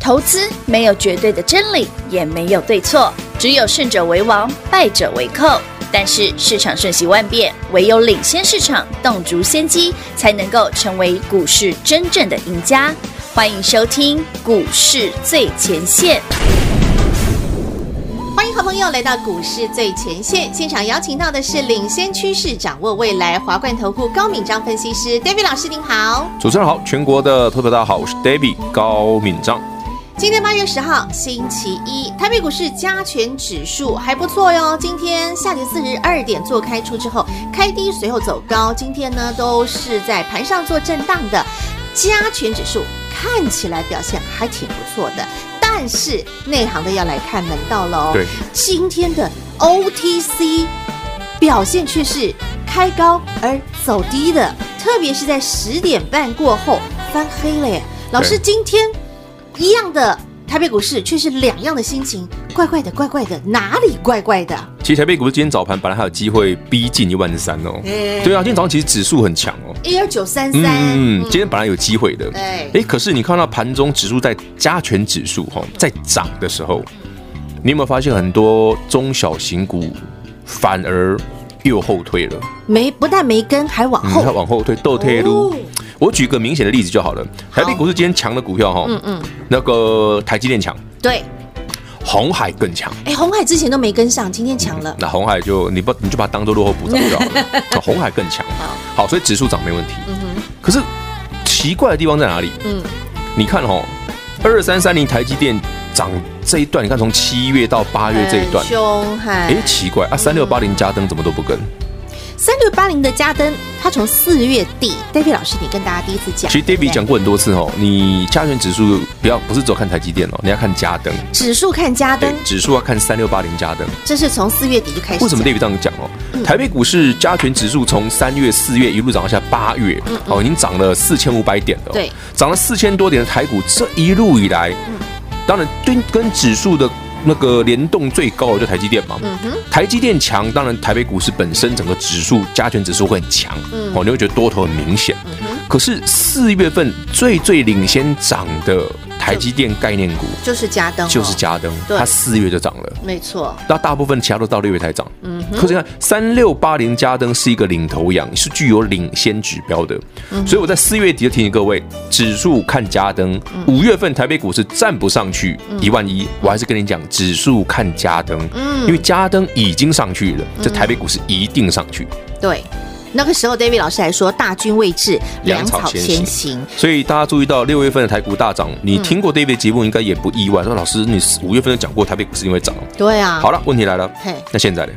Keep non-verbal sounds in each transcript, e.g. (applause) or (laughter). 投资没有绝对的真理，也没有对错，只有胜者为王，败者为寇。但是市场瞬息万变，唯有领先市场，洞烛先机，才能够成为股市真正的赢家。欢迎收听《股市最前线》。欢迎好朋友来到股市最前线，现场邀请到的是领先趋势、掌握未来华冠投顾高敏章分析师 David 老师，您好。主持人好，全国的投资者大家好，我是 David 高敏章。今天八月十号，星期一，台北股市加权指数还不错哟。今天下跌四十二点，做开出之后，开低随后走高，今天呢都是在盘上做震荡的。加权指数看起来表现还挺不错的，但是内行的要来看门道喽。对，今天的 OTC 表现却是开高而走低的，特别是在十点半过后翻黑了耶。老师，对今天一样的台北股市却是两样的心情，怪怪的，怪怪的，哪里怪怪的？其实台北股市今天早盘本来还有机会逼近一万三哦。哎对啊，今天早上其实指数很强哦。一二九三三，嗯，今天本来有机会的。哎哎，可是你看到盘中指数在加权指数哈、在涨的时候，你有没有发现很多中小型股反而又后退了？没不但没跟，还往嗯，后它。往后退，倒退路。哦我举个明显的例子就好了，台北好股市今天强的股票哈、嗯嗯，那个台积电强，对，红海更强。哎，红海之前都没跟上，今天抢了。 (laughs) 那红海就你不你就把它当做落后补涨就好了， (laughs) 啊红海更强。好，所以指数涨没问题。可是奇怪的地方在哪里？嗯，你看哦，二三三零台积电涨这一段，你看从七月到八月这一段很，凶悍。哎，奇怪啊，三嗯六八零加登怎么都不跟？三六八零的加登，它从四月底，David 老师，你跟大家第一次讲，其实对不 David 对讲过很多次哦，你加权指数不要不是只有看台积电哦，你要看加登，指数看加对登，，指数要看三六八零加登。这是从四月底就开始讲。为什么 David 这样讲哦？嗯台北股市加权指数从三月、四月一路涨到下八月，哦，已经涨了四千五百点了。嗯哦对，嗯涨了四千多点的台股，这一路以来，当然跟跟指数的那个联动最高的就台积电嘛。嗯哼，台积电强，当然台北股市本身整个指数加权指数会很强，嗯哦，你会觉得多头很明显。可是四月份最最领先涨的台积电概念股就是加登哦，就是嘉登，对它四月就涨了。没错，那大部分其他都到六月才涨。嗯，可是你看三六八零加登是一个领头羊，是具有领先指标的。嗯所以我在四月底就提醒各位，指数看加登，嗯五月份台北股市站不上去一万一，我还是跟你讲，指数看加登，嗯因为加登已经上去了，这台北股市一定上去。对。那个时候，David 老师还说“大军未至，粮粮草草先先行行所以大家注意到六月份的台股大涨，你嗯听过 David 节目应该也不意外。说老师，你五月份就讲过台北股市因为涨，”。对啊，好，了，问题来了嘿，那现在呢？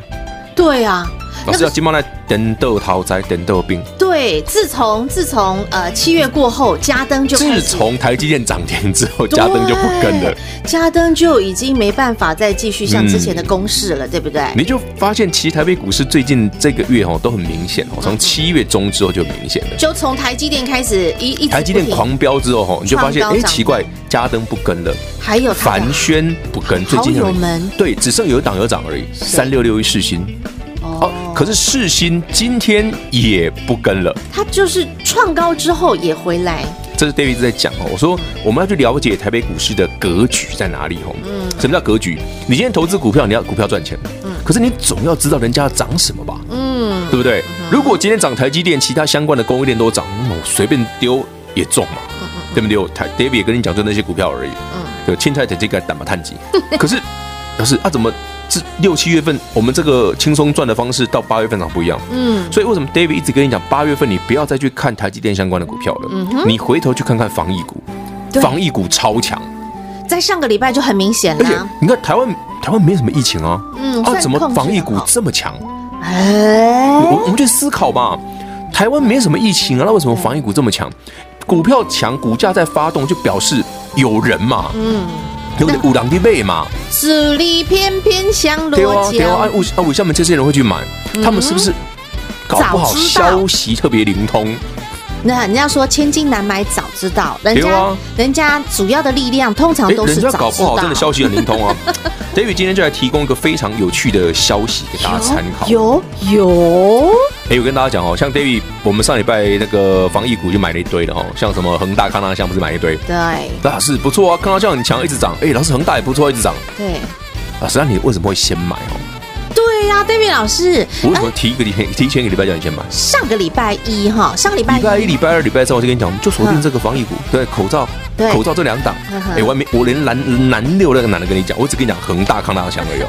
对啊。老那师要个金茂来等豆桃灾，等豆病。对，自从自从呃七月过后，加登就开自始从台积电涨停之后，嘉登就不跟了对。，加登就已经没办法再继续像之前的攻势了，对不对？你就发现，其实台北股市最近这个月哦都很明显嗯哦，从七月中之后就明显了。就从台积电开始一一直台积电不停，狂飙之后哦，你就发现创高哎嗯涨停奇怪，嘉登不跟了，还有它的凡轩不跟，最近好友们对只剩有一档有涨而已，三六六一世新哦，可是世新今天也不跟了。它就是创高之后也回来，这是 David 一直在讲哦，我说我们要去了解台北股市的格局在哪里哦。嗯什么叫格局？你今天投资股票，你要股票赚钱，可是你总要知道人家要涨什么吧，嗯，对不对？如果今天涨台积电，其他相关的供应链都涨，那我随便丢也中嘛，嗯对不对？台 David 也跟你讲，就那些股票而已，对，青菜姐这个胆嘛探级，可是 (laughs) 老师啊，怎么这六七月份我们这个轻松赚的方式到八月份上不一样？嗯，所以为什么 David 一直跟你讲，八月份你不要再去看台积电相关的股票了，你回头去看看防疫股嗯对，防疫股超强，在上个礼拜就很明显而且啦，你看台湾台湾没什么疫情啊，啊嗯啊怎么防疫股？这么强？哎哦哎我我们去思考嘛，台湾没什么疫情啊，那为什么防疫股这么强？股票强，股价在发动，就表示有人嘛，嗯，有点五郎的倍嘛，主力偏偏向对啊罗对啊，啊江，为啊为什么这些人会去买？他们是不是搞嗯不早好知道消息特别灵通？那人家说千金难买早知道，人对家啊人家主要的力量通常哎，都是人家早搞知不好真的道。消息很 (laughs) 灵通啊。David 今天就来提供一个非常有趣的消息给大家参考。有有，哎、我跟大家讲哦，像 David，我们上礼拜那个防疫股就买了一堆了哦，像什么恒大、康纳香不是买一堆？对那是不错啊，康纳香很强，一直涨。哎、老师恒大也不错，一直涨。对老师，那你为什么会先买哦？对呀、d a v i d 老师，我为哎什么提一个礼拜提前一个礼拜叫你先买？上个礼拜一哈，上个礼拜礼拜一、礼拜二、礼拜三，我就跟你讲，我们就锁定这个防疫股，对口罩对，口罩这两档嗯。哼哎、我还没，我连蓝蓝六那个男的跟你讲，我只跟你讲恒大、康纳香而已哦。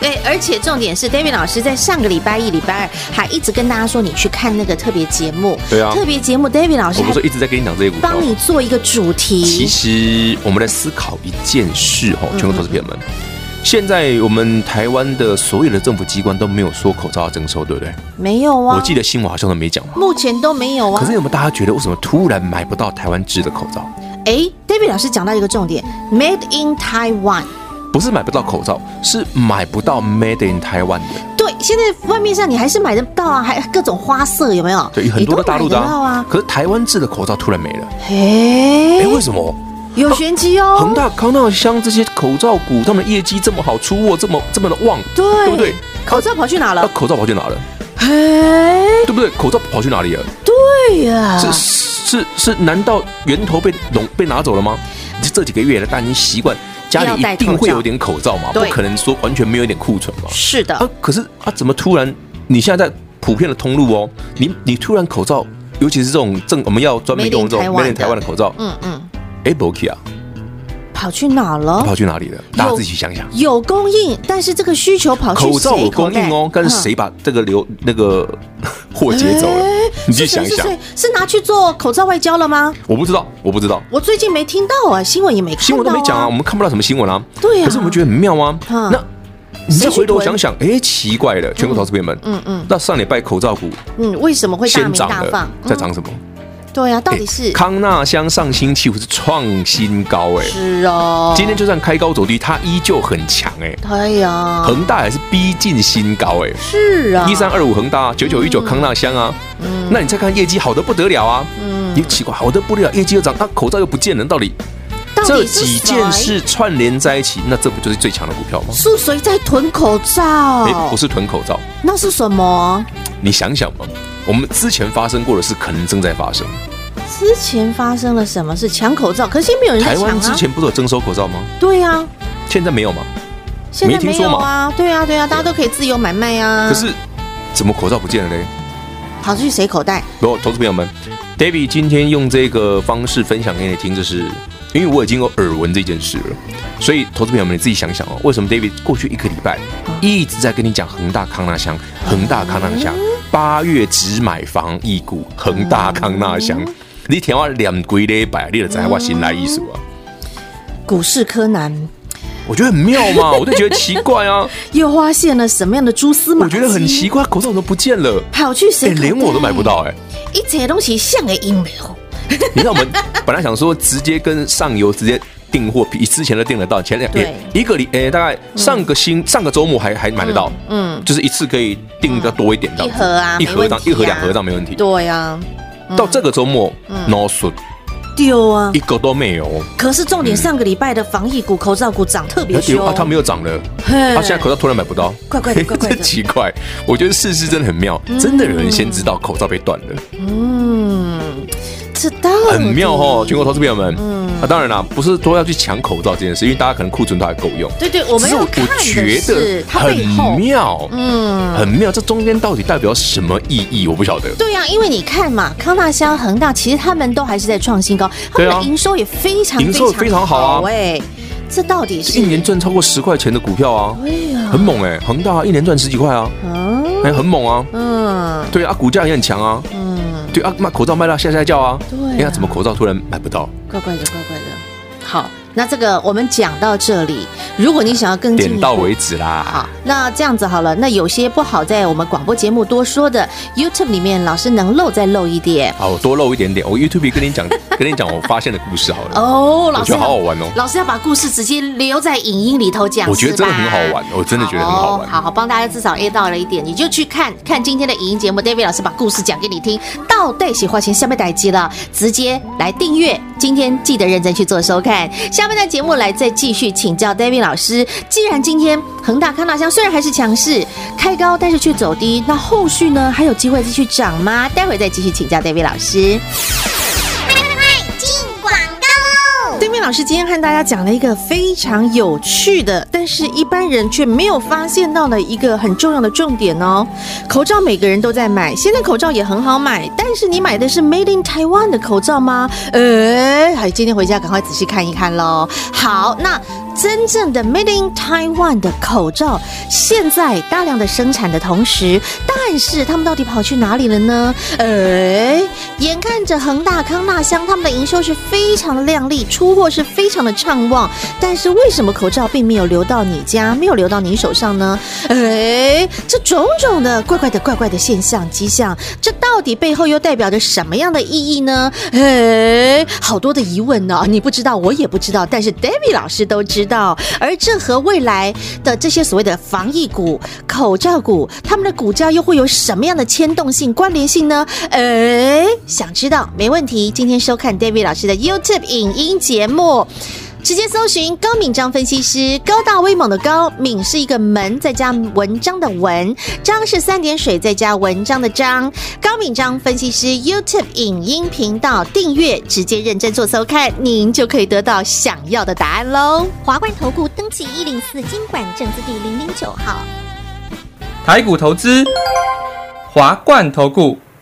对，哎而且重点是，David 老师在上个礼拜一、礼拜二还一直跟大家说，你去看那个特别节目。对啊特别节目，David 老师我不还是一直在跟你讲这些股票帮吗。你做一个主其题。实我们在思考一件事哦，嗯全国投资朋友们，现在我们台湾的所有的政府机关都没有说口罩要征收，对不对？没有啊，我记得新闻好像都没讲嘛。目前都没有啊。可是有没有大家觉得为什么突然买不到台湾制的口罩？哎，David 老师讲到一个重点，Made in Taiwan。不是买不到口罩，是买不到 Made in 台湾的。对，现在外面上你还是买得到啊，还各种花色有没有？对，很多的大陆的你都买得到啊啊。。可是台湾制的口罩突然没了，哎，为哎，什么？有玄机哦。恒大、康纳香这些口罩股，他们的业绩这么好，出货这么这么的旺，对啊对不呃对？口罩跑去哪那了？口罩跑去哪了？哎，对不对？口罩跑去哪里了？对呀，是是是，难道源头被拢被拿走了吗？你这几个月来，大家已经习惯家里一定会有点口罩嘛，对不可能说完全没有一点库存嘛。是的啊，，可是啊，怎么突然你现在在普遍的通路哦，你你突然口罩，尤其是这种正我们要专门 Made in 用这种 Taiwan made 的 in 台湾的口罩，嗯嗯，哎 b o k 啊，跑去哪了？跑去哪里了？大家自己想想。有供应，但是这个需求跑去口罩谁有供应哦，口袋嗯但是谁把这个流那个 (laughs) 货接走了哎？你去想一是想谁，是谁是拿去做口罩外交了吗？我不知道，我不知道。我最近没听到啊，新闻也没看到、啊，新闻都没讲啊，我们看不到什么新闻啊。对啊可是我们觉得很妙啊。嗯那你再回头谁去囤想想，哎，奇怪了，全国投资朋友们，嗯嗯那上礼拜口罩股嗯，为什么会大先名涨大了哎放？，再涨什么？嗯对啊，到底诶是、康纳香上星期五是创新高哎，是哦，今天就算开高走低，它依旧很强哎。哎呀，恒大也是逼近新高哎，是啊，嗯一三二五恒大，九九一九康纳香啊。那你再看业绩好的不得了啊，嗯，也奇怪，好的不得了，业绩又涨，那口罩又不见了，到底到这底是谁几件事串联在一起，那这不就是最强的股票吗？是谁在囤口罩？哎、不，是囤口罩，那是什么？你想想嘛，我们之前发生过的事，可能正在发生。之前发生了什么事？抢口罩，可是没有人在台抢湾之啊。前不是有征收口罩吗？对啊，现在没有嘛？现在没听没说有嘛啊，对啊，对啊，大家都可以自由买卖啊。可是怎么口罩不见了嘞？跑去谁口袋？不，投资朋友们，David 今天用这个方式分享给你听，就是因为我已经有耳闻这件事了，所以投资朋友们你自己想想哦，为什么 David 过去一个礼拜一直在跟你讲恒大康纳香，恒大康纳嗯香，八月只买防疫股，恒大康纳香，嗯你听我两鬼礼拜，你就知道我心来意思啊。股市柯南我觉得很妙嘛， (laughs) 我就觉得奇 (laughs) 怪啊，又发现了什么样的蛛丝马我迹？觉得很奇怪，口罩怎么不见了？跑去谁哎、口袋、连我都买 (laughs) 不到哎、一切东西像个阴谋。你知道我们本来想说直接跟上游直接订货，比之前都订得到，前两哎对一个礼诶、大概上个星、上个周末还还买得到，嗯，就是一次可以订的多一点这样子一盒啊一盒没这样、问题啊一盒两盒这样没问题。对嗯啊，到这个周末、no 损丢啊一！个都没有，可是重点，上个礼拜的防疫股、口罩股涨特别而且凶啊，它没有涨了，嘿啊，现在口罩突然买不到，怪怪的怪 (laughs) 怪的真奇怪。我觉得世事真的很妙，真的有人先知道口罩被断了。嗯，知道很妙哦，全国投资朋友们。嗯，啊，当然啦，不是说要去抢口罩这件事，因为大家可能库存都还够用。对对，我只们是要我看的觉是得它背后很。妙，嗯，很妙，这中间到底代表什么意义？我不晓得。对呀、啊，因为你看嘛，康大、香、恒大，其实他们都还是在创新高，他对们啊的营收也非常营收也非常好啊哎、这到底是一年赚超过十块钱的股票啊，对呀、很猛哎、恒大一年赚十几块啊，嗯哎、很猛啊。嗯对啊，股价也很强啊。嗯，对啊，卖口罩卖到下下叫啊。对啊哎呀，怎么口罩突然买不到？怪怪的，怪怪的。好，那这个我们讲到这里，如果你想要更进一点步到为止好啦。，那这样子好了，那有些不好在我们广播节目多说的 YouTube 里面，老师能漏再漏一点。好，我多露一点点。我 YouTube 跟你讲跟你讲我发现的故事好了。哦，老我师觉得好好要，玩哦。老师要把故事直接留在影音里头讲，我觉得是吧哦真的很好玩我真的觉得很好玩好好帮大家至少 A 到了一点，你就去看看今天的影音节目，David 老师把故事讲给你听，到底喜欢先下面逮鸡了，直接来订阅。今天记得认真去做收看，下半段节目来再继续请教 David 老师。既然今天恒大康大香虽然还是强势开高，但是却走低，那后续呢还有机会继续涨吗？待会再继续请教 David 老师。对面老师今天和大家讲了一个非常有趣的，但是一般人却没有发现到的一个很重要的重点哦。口罩每个人都在买，现在口罩也很好买，但是你买的是 Made in Taiwan 的口罩吗？呃，哎，今天回家赶快仔细看一看喽。好，那真正的 Made in Taiwan 的口罩，现在大量的生产的同时，但是他们到底跑去哪里了呢？哎，眼看着恒大、康纳香他们的营收是非常的亮丽，出货是非常的畅旺，但是为什么口罩并没有流到你家，没有流到你手上呢？哎，这种种的怪怪的、怪怪的现象迹象，这到底背后又代表着什么样的意义呢？哎，好多的疑问呢、你不知道，我也不知道，但是 David 老师都知道。而这和未来的这些所谓的防疫股、口罩股，他们的股价又会有什么样的牵动性、关联性呢？哎，想知道没问题，今天收看 David 老师的 YouTube 影音节目。直接搜寻高敏章分析师，高大威猛的高敏是一个门，再加文章的文，章是三点水再加文章的章。高敏章分析师 YouTube 影音频道订阅，直接认真做搜看，您就可以得到想要的答案喽。华冠投顾登记一零四经管证字第零零九号。台股投资，华冠投顾。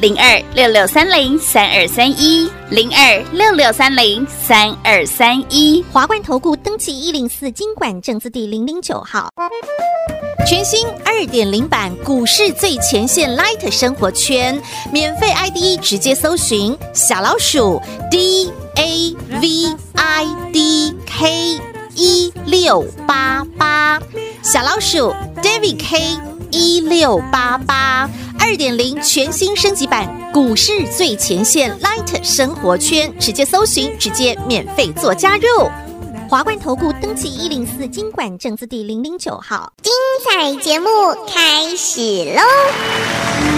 零二六六三零三二三一零二六六三零三二三一。华冠投顾登记一零四经管证字第零零九号。全新二点零版股市最前线 Light 生活圈，免费 ID 直接搜寻小老鼠 D A V I D K 一六八八，小老鼠 David K 一六八八。二点零全新升级版股市最前线 Light 生活圈，直接搜寻，直接免费做加入。华冠投顾登记一零四经管证字第零零九号。精彩节目开始喽！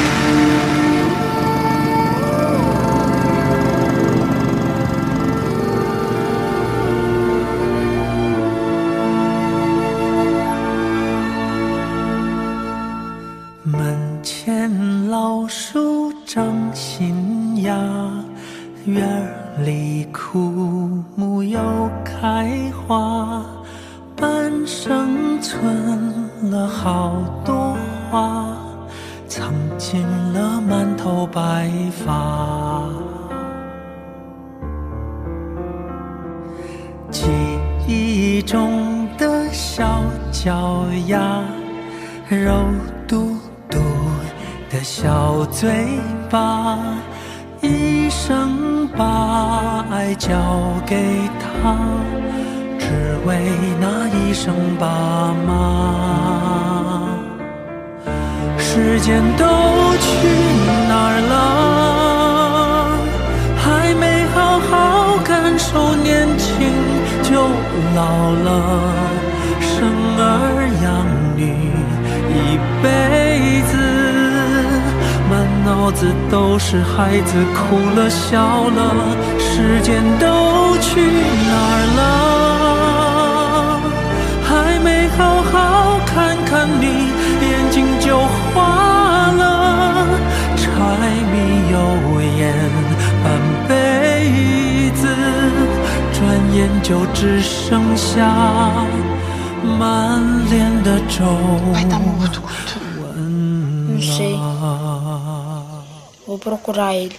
门前老树长新芽，院儿里枯木又开花，半生存了好多花，藏进了满头白发。记忆中的小脚丫，肉嘟嘟的小嘴巴，一生把爱交给他，只为那一声爸妈。时间都去哪儿了？还没好好感受年轻就老了，生儿养女一辈子，满脑子都是孩子哭了笑了，时间都去哪儿了？还没好好看看你，眼睛就花了。柴米油盐半辈子，转眼就只剩下满脸的皱纹谁了。 وبروكورايل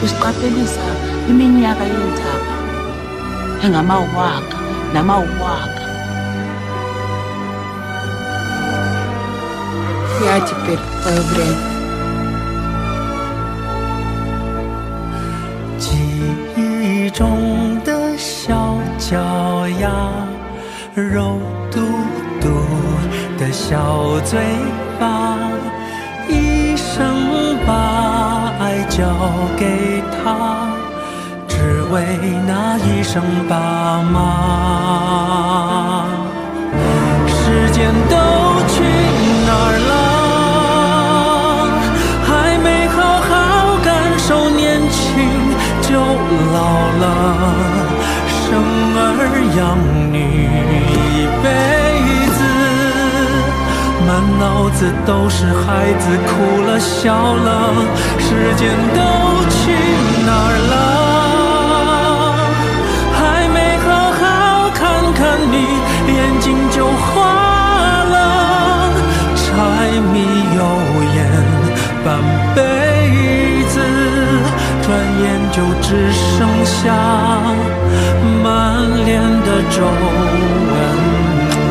kusiqaphelisa iminyaka yomthapha engamawaka namawaka я теперь в твое время 记忆中的小脚丫，肉嘟嘟的小嘴巴，一生把爱交给他，只为那一声爸妈。时间都去哪儿了？还没好好感受年轻就老了，生儿养女一辈子，满脑子都是孩子哭了笑了，时间都去哪儿了？还没好好看看你，眼睛就花了。柴米油盐半辈子，转眼就只剩下满脸的皱纹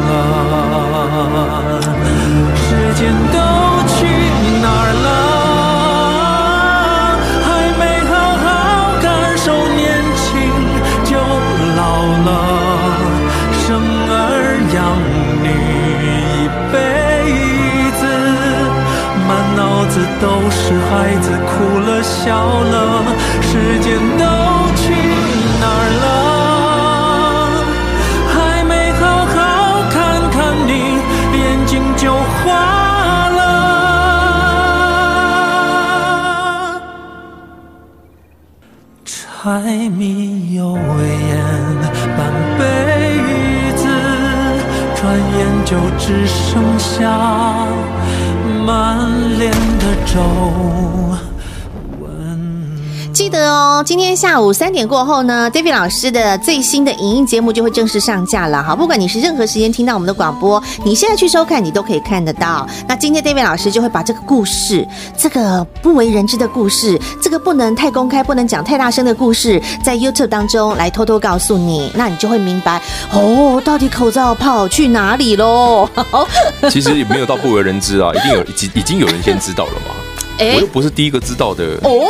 了。时间都去哪儿了？还没好好感受年轻就老了，生儿养女一辈子，满脑子都是孩子哭了笑了，时间都去哪儿了？还没好好看看你，眼睛就花了。柴米油盐半辈子，转眼就只剩下满脸的皱纹。记得哦，今天下午三点过后呢，David 老师的最新的影音节目就会正式上架了哈。不管你是任何时间听到我们的广播，你现在去收看，你都可以看得到。那今天 David 老师就会把这个故事，这个不为人知的故事，这个不能太公开、不能讲太大声的故事，在 YouTube 当中来偷偷告诉你，那你就会明白哦，到底口罩跑去哪里喽？其实也没有到不为人知 (laughs) 啊，一定有已经已经有人先知道了嘛。哎我又不是第一个知道的，哦，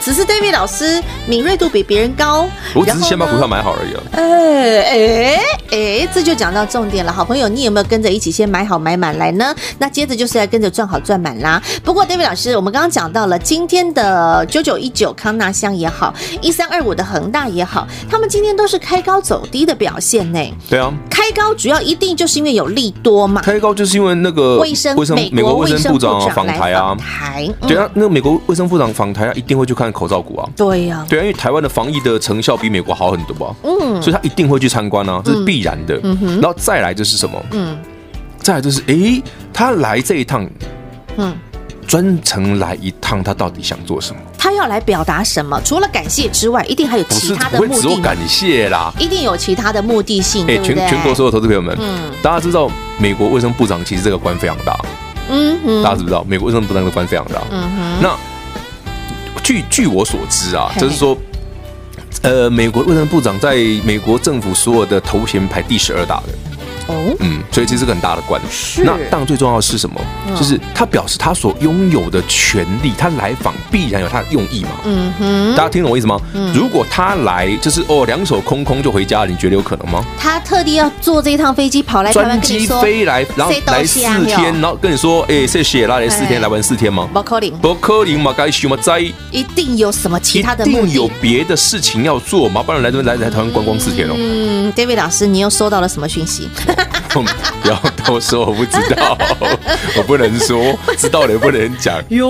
只是 David 老师敏锐度比别人高，我只是先把然后股呢票买好而已啊。哎哎哎，这就讲到重点了，好朋友，你有没有跟着一起先买好买满来呢？那接着就是来跟着赚好赚满啦。不过 David 老师，我们刚刚讲到了今天的九九一九康纳香也好，一三二五的恒大也好，他们今天都是开高走低的表现呢。对啊，开高主要一定就是因为有利多嘛，开高就是因为那个卫生美国呃卫生部长啊卫生访来台啊访，台，嗯对啊，那个美国卫生部长访台啊，一定会去看口罩股啊。对呀、对啊，因为台湾的防疫的成效比美国好很多啊，嗯所以他一定会去参观啊，这是必然的。然后再来就是什么？嗯再来就是，诶，他来这一趟，嗯，专程来一趟，他到底想做什么？他要来表达什么？除了感谢之外，一定还有不其是他不的会目只的有嘛，感谢啦。一定有其他的目的性，对诶，不哎全对？全国所有投资朋友们，嗯大家知道美国卫生部长其实这个官非常大，嗯嗯大家知不知道？美国卫生部长的官非常大。嗯哼，那据据我所知啊，嘿就是说，呃，美国卫生部长在美国政府所有的头衔排第十二大的，哦，嗯，所以这是个很大的官。是嗯那当然最重要的是什么？就是他表示他所拥有的权利，他来访必然有他的用意嘛。嗯哼，大家听懂我意思吗？如果他来就是哦两手空空就回家，你觉得有可能吗？他特地要坐这一趟飞机跑来台专湾哎跟你机说，飞来，然后谁都来四是啊天，然后跟你说，哎，谢谢啦，来四哎天，来玩四天吗？不可能，不可能嘛，该什么灾？一定有什么其他的一目定有的。别的事情要做嘛，不然来这边来来台湾观光四天 (laughs) 哦。(laughs) 嗯，David 老师，你又收到了什么讯息？不要多说，我不知道，我不能说，知道了也不能讲。哟，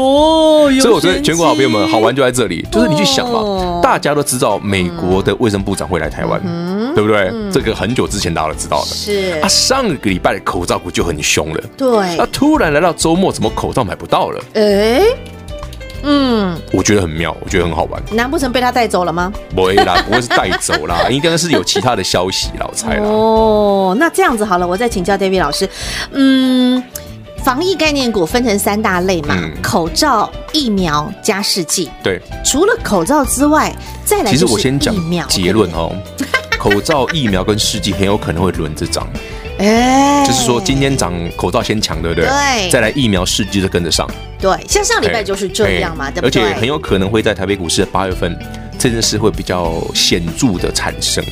所以我觉得全国好朋友们好玩就在这里，就是你去想哦嘛，大家都知道美国的卫生部长会来台湾，嗯对不对？这个很久之前大家都知道的。是啊，，上个礼拜的口罩股就很凶了，对那、，突然来到周末，怎么口罩买不到了？哎，嗯，我觉得很妙，我觉得很好玩。难不成被他带走了吗？不会 (laughs) 啦，不会是带走啦，应该是有其他的消息啦，我猜啦。哦哦，那这样子好了，我再请教 David 老师，嗯。防疫概念股分成三大类嘛，嗯口罩、疫苗加试剂。对，除了口罩之外，再来其实就是我先讲疫苗结论。哦，口罩、疫苗跟试剂很有可能会轮着涨，对不对哎，就是说今天涨口罩先强，对不对？对再来疫苗、试剂就跟着上。对，像上礼拜就是这样嘛，哎对不对？而且很有可能会在台北股市的八月份，这件事会比较显著的产生。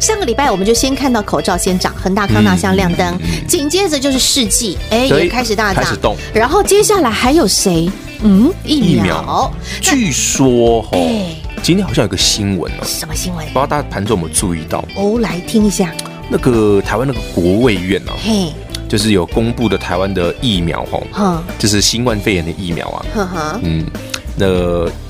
上个礼拜我们就先看到口罩先涨，恒大、康纳香亮嗯灯，紧接着就是试剂，哎，所以也开始大涨，开始动然后接下来还有谁？嗯，疫疫苗。苗据说哈、哎今天好像有个新闻哦，什么新闻？不知道大家盘中有没有注意到，哦，来听一下。那个台湾那个国卫院啊，嘿，就是有公布的台湾的疫苗哦，哼就是新冠肺炎的疫苗啊，哼哼，嗯，那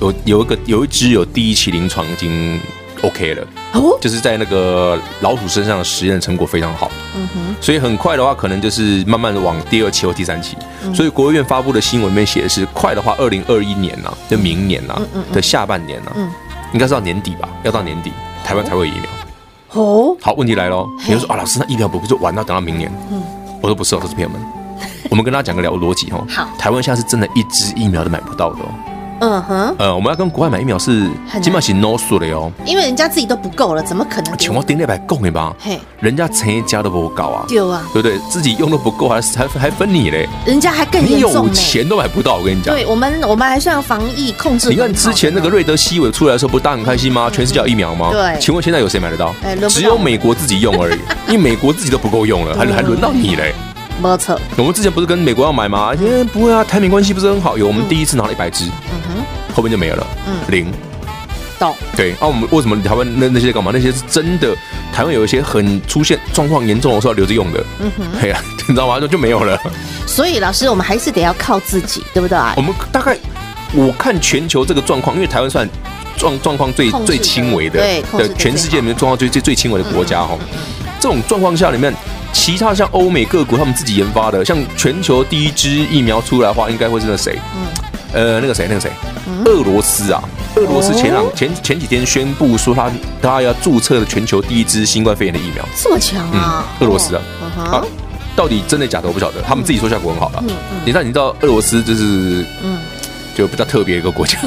有有一个有一只有第一期临床已经 OK 了，哦，就是在那个老鼠身上的实验的成果非常好，嗯所以很快的话，可能就是慢慢的往第二期或第三期。嗯所以国务院发布的新闻里面写的是，快的话，二零二一年呐、就明年呐、的下半年呐、嗯应该是到年底吧，要到年底台湾才会有疫苗。哦，好，问题来喽，你就说啊，老师，那疫苗不是玩到等到明年？嗯我说不是哦，投资朋 (laughs) 友们，我们跟大家讲个聊逻辑哦。好台湾现在是真的一支疫苗都买不到的哦。嗯哼，呃，我们要跟国外买疫苗是很难起码是 no 数的哦。因为人家自己都不够了，怎么可能给全你？国顶礼拜供的吧嘿，人家成一家都不够啊，丢啊，对不对？自己用都不够，还还还分你嘞？人家还更你严有重呢。钱都买不到，我跟你讲。对我们，我们还算防疫控制。你看之前那个，瑞德西韦出来的时候，不是大家很开心吗？全世界有疫苗吗？嗯对请问现在有谁买得到哎轮不？到只有美国自己用 (laughs) 而已，因为美国自己都不够用了，还还轮到你嘞？没错，我们之前不是跟美国要买吗？因为不会啊，台美关系不是很好，有我们第一次拿了一百支，嗯哼，后面就没有了，零。懂。对，啊，我们为什么台湾那那些干嘛？那些是真的，台湾有一些很出现状况严重的时候要留着用的，嗯哼，哎呀， (laughs) 你知道吗？就就没有了。所以老师，我们还是得要靠自己，对不对？我们大概我看全球这个状况，因为台湾算状状况最控制的最轻微的，对控制的最嗯全世界里面状况最最最轻微的国家哈。这种状况下里面，其他像欧美各国他们自己研发的，像全球第一支疫苗出来的话，应该会是那谁？嗯呃，那个谁，那个谁，俄罗斯啊，俄罗斯前两哦前前几天宣布说他他要注册的全球第一支新冠肺炎的疫苗，这么强嗯啊，，俄罗斯啊，嗯啊哼，，到底真的假的我不晓得，他们自己说效果很好了。嗯你知道，你知道俄罗斯就是嗯嗯，就比较特别一个 (laughs) 国家，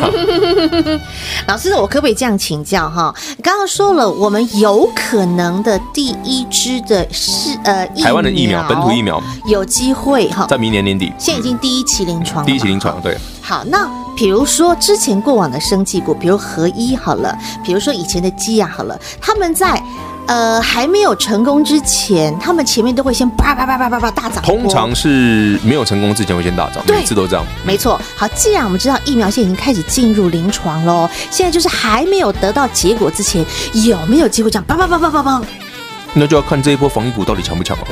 老师，我可不可以这样请教哈？刚刚说了，我们有可能的第一支的是呃，台湾的疫苗，本土疫苗，有机会哈。在明年年底，现在已经第一期临床了嘛，第一期临床，对，好，那比如说之前过往的生技股，比如合一好了，比如说以前的基亚好了，他们在呃还没有成功之前，他们前面都会先叭叭叭叭叭叭大涨一波。通常是没有成功之前会先大涨，对每次都这样。没错。好，既然我们知道疫苗现在已经开始进入临床喽，现在就是还没有得到结果之前，有没有机会这样叭叭叭叭叭叭？那就要看这一波防疫股到底强不强了。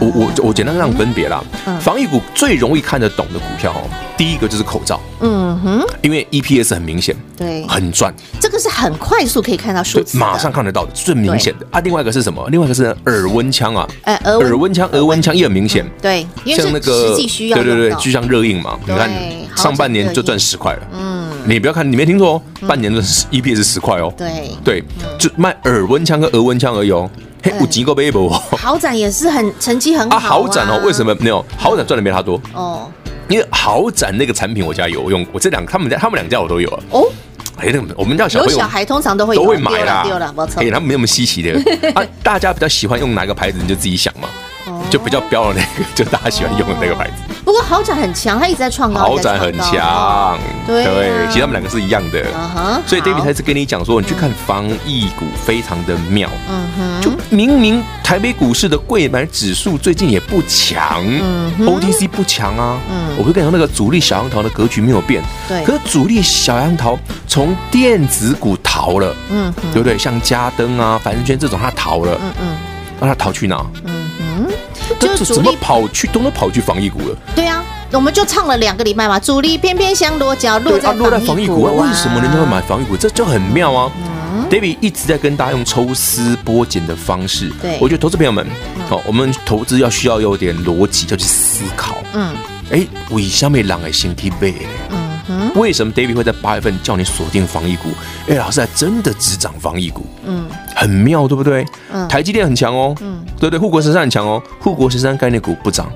我我我简单这样分别啦，嗯防疫股最容易看得懂的股票哦，第一个就是口罩，嗯哼，因为 EPS 很明显，对，很赚，这个是很快速可以看到数对，字的，马上看得到的，最明显的啊。另外一个是什么？另外一个是耳温枪啊，呃额温耳温枪，额温枪也很明显。对，因为像是那个实际需要对对用对，到就像热映嘛，你对看好上半年就赚十块了，嗯，你不要看，你没听错哦，半年的 EP 是十块哦，嗯对。对，就卖耳温枪跟额温枪而已哦，嘿，五级够 baby 哦，好啊展也是很成绩很好啊，豪展哦，为什么？么没有豪展赚的没他多？哦因为豪展那个产品我家有，我用我这两他们家他们两家我都有啊，哦，哎，那个我们家小有朋友小孩通常都会有都会买啦，丢了丢了，没错哎，。他们没有那么稀 (laughs) 奇的啊，大家比较喜欢用哪个牌子，你就自己想嘛，哦就比较标的那个，就大家喜欢用的那个牌子。不过豪展很强，他一直在创高，豪展很一直在创高。强，对啊其实他们两个是一样的。嗯哼，所以好 David 才是跟你讲说，你去看防疫股非常的妙，嗯哼，就明明台北股市的贵买指数最近也不强，OTC 嗯不强啊，我会跟你说那个主力小杨桃的格局没有变，对可是主力小杨桃从电子股逃了，嗯对不对？像嘉登啊、凡轩这种他逃了，嗯嗯那他逃去哪？嗯嗯，这就是怎主么力跑去，都都跑去防疫股了？对啊，我们就唱了两个礼拜嘛，主力偏偏想裸脚落对在啊，落在防疫股啊，啊嗯为什么人家会买？防疫股？这就很妙啊。David 一直在跟大家用抽丝剥茧的方式，对嗯我觉得投资朋友们，哦，我们投资要需要有点逻辑，要去思考。嗯哎，为什么人的身体背嘞？嗯哼，为什么 David 会在八月份叫你锁定防疫股？哎，老师还真的只涨防疫股，嗯很妙，对不对？嗯台积电很强哦，嗯对不对？护国神山很强哦，护国神山概念股不涨，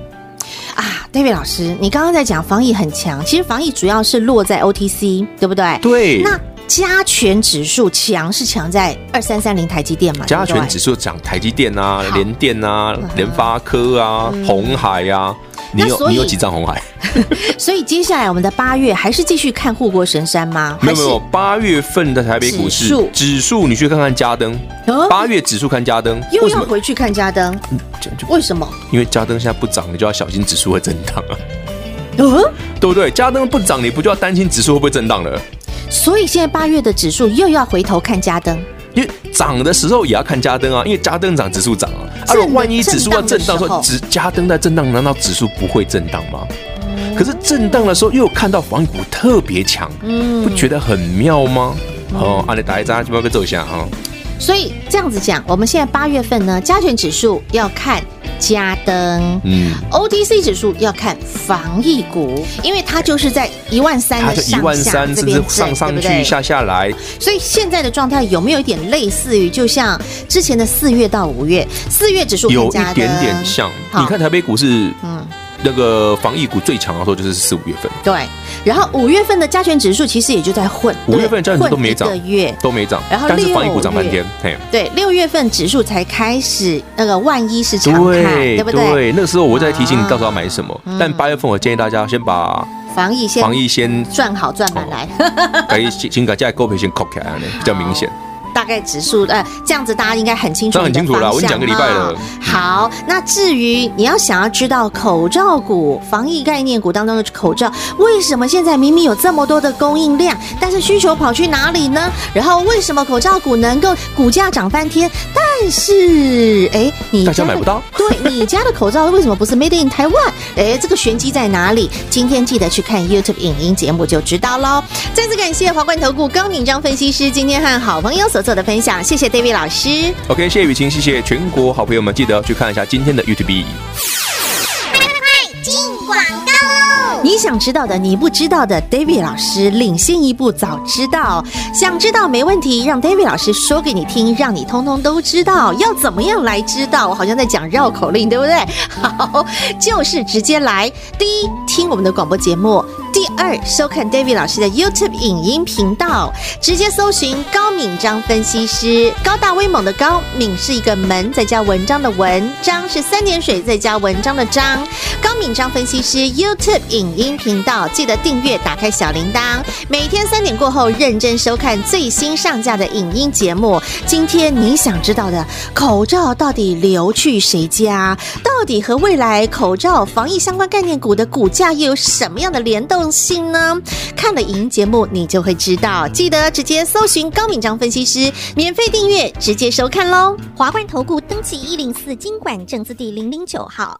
啊，David 老师，你刚刚在讲防疫很强，其实防疫主要是落在 OTC，对不对？对，那加权指数强是强在二三三零台积电嘛？加权指数。数涨台积电啊、好嗯联电啊、联发科啊、红海啊，你那有所以你有几张红海？所以接下来我们的八月还是继续看护国神山吗？还没有没是有，八月份的台北股指市数指数，你去看看嘉登哦，八月指数看嘉登，又为什要么？嗯回去看加登？就就为什么？因为嘉登现在不涨，你就要小心指数会震荡啊，嗯，对不对？嘉登不涨，你不就要担心指数会不会震荡了？所以现在八月的指数又要回头看加登。因为涨的时候也要看嘉登啊，因为嘉登涨指数涨啊。啊，如果万一指数要震荡的时震候，指嘉登在震荡，难道指数不会震荡吗？可是震荡的时候又有看到防疫股特别强，嗯不觉得很妙吗？哦，按你打一张，就要被揍一下啊！所以这样子讲，我们现在八月份呢，加权指数要看加登。嗯， OTC 指数要看防疫股，因为它就是在一万三它的就一上万下三，这甚边至震上上对不去对下下来，所以现在的状态有没有一点类似于，就像之前的四月到五月，四月指数有看一加点点登像。好你看台北股市，嗯嗯，那个防疫股最强的时候就是四五月份对，然后五月份的加权指数其实也就在混，五月份的加权指数都没涨混一个月。都没涨，然后但是防疫六股涨半月天，嘿。对，六月份指数才开始那个万一是常态，对不对？那个时候我在提醒你到时候要买什么，但八月份我建议大家先把防疫先防疫哦先赚好赚满来，改先改价购赔先扣起来，比较明显。 (laughs) 大概指数呃这样子，大家应该很清楚这样你很的啊方向嘛。清楚了我已经讲个礼拜了好，那至于你要想要知道口罩股、防疫概念股当中的口罩，为什么现在明明有这么多的供应量，但是需求跑去哪里呢？然后为什么口罩股能够股价涨翻天，但是哎，你大家家的买不到 (laughs) 对你家的口罩为什么不是 Made in 台湾？哎，这个玄机在哪里？今天记得去看 YouTube 影音节目就知道喽。再次感谢华冠投顾高敏章分析师今天和好朋友所做的分享，谢谢 David 老师。 OK，谢谢雨晴，谢谢全国好朋友们，记得去看一下今天的 YouTube。进广告喽！你想知道的，你不知道的，David 老师领先一步，早知道。想知道没问题，让 David 老师说给你听，让你通通都知道。要怎么样来知道？我好像在讲绕口令，对不对？好，就是直接来。第一，听我们的广播节目；第二，收看 David 老师的 YouTube 影音频道，直接搜寻高敏章分析师，高大威猛的高，敏是一个门，再加文章的文，章是三点水，再加文章的章。高敏章分析师 YouTube 影音频道，记得订阅，打开小铃铛，每天三点过后认真收看最新上架的影音节目。今天你想知道的，口罩到底流去谁家？到底和未来口罩防疫相关概念股的股价又有什么样的联动性呢？看了影音节目，你就会知道。记得直接搜寻高敏章分析师，免费订阅，直接收看喽。华冠投顾登记一零四经管证字第零零九号。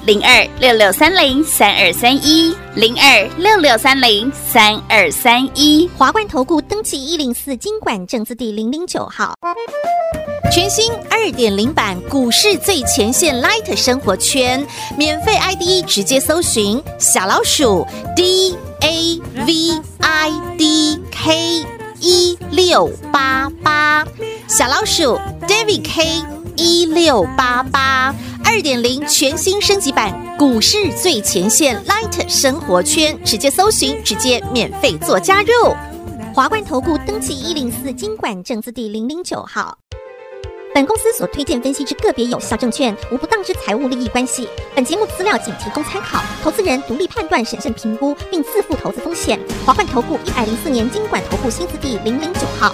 零二六六三零三二三一零二六六三零三二三一。华冠投顾登记一零四经管证字第零零九号。全新二点零版股市最前线 Light 生活圈，免费 ID 直接搜寻小老鼠 D A V I D K 一六八八，小老鼠 David K 一六八八。二点零全新升级版股市最前线 Light 生活圈，直接搜寻，直接免费做加入。华冠投顾登记一零四经管证字第零零九号。本公司所推荐分析之个别有效证券，无不当之财务利益关系。本节目资料仅提供参考，投资人独立判断、审慎评估，并自负投资风险。华冠投顾一百零四年经管投顾新字第零零九号。